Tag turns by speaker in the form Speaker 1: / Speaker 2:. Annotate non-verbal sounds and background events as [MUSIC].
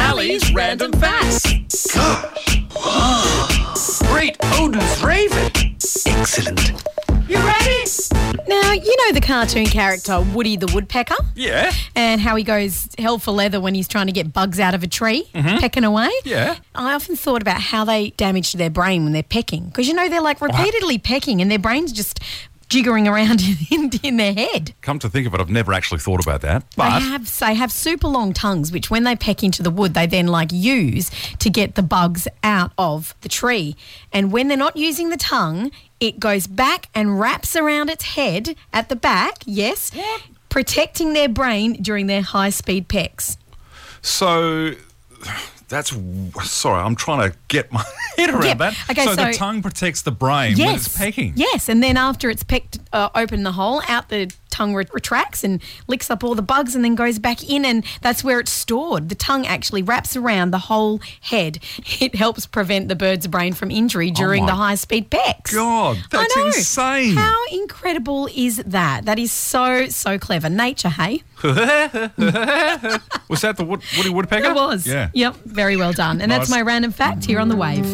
Speaker 1: Sally's random facts.
Speaker 2: Gosh. Wow. Great Odin's Raven. Excellent.
Speaker 1: You ready?
Speaker 3: Now, you know the cartoon character Woody the Woodpecker
Speaker 1: Yeah.
Speaker 3: and how he goes hell for leather when he's trying to get bugs out of a tree, pecking away?
Speaker 1: Mm-hmm. Yeah.
Speaker 3: I often thought about how they damage their brain when they're pecking because, you know, they're like repeatedly pecking and their brain's just jiggering around [LAUGHS] in, in their head.
Speaker 1: Come to think of it, I've never actually thought about that. But
Speaker 3: they have they have super long tongues, which when they peck into the wood, they then like use to get the bugs out of the tree. And when they're not using the tongue, it goes back and wraps around its head at the back. Yes, protecting their brain during their high speed pecks.
Speaker 1: so that's sorry, I'm trying to get my [LAUGHS] head around
Speaker 3: Yep.
Speaker 1: that.
Speaker 3: Okay,
Speaker 1: so, the
Speaker 3: so-
Speaker 1: tongue protects the brain
Speaker 3: yes,
Speaker 1: when it's pecking.
Speaker 3: Yes, and then after it's pecked uh, open the hole, out the tongue re- retracts and licks up all the bugs, and then goes back in, and that's where it's stored. The tongue actually wraps around the whole head. [LAUGHS] It helps prevent the bird's brain from injury during
Speaker 1: Oh my
Speaker 3: the high-speed pecks.
Speaker 1: God, that's
Speaker 3: I know.
Speaker 1: insane.
Speaker 3: How incredible is that? That is so so clever, nature. Hey,
Speaker 1: [LAUGHS] Was that the wood, Woody Woodpecker?
Speaker 3: it was.
Speaker 1: Yeah.
Speaker 3: Yep. Very well done. And
Speaker 1: Nice.
Speaker 3: that's my random fact here on the wave.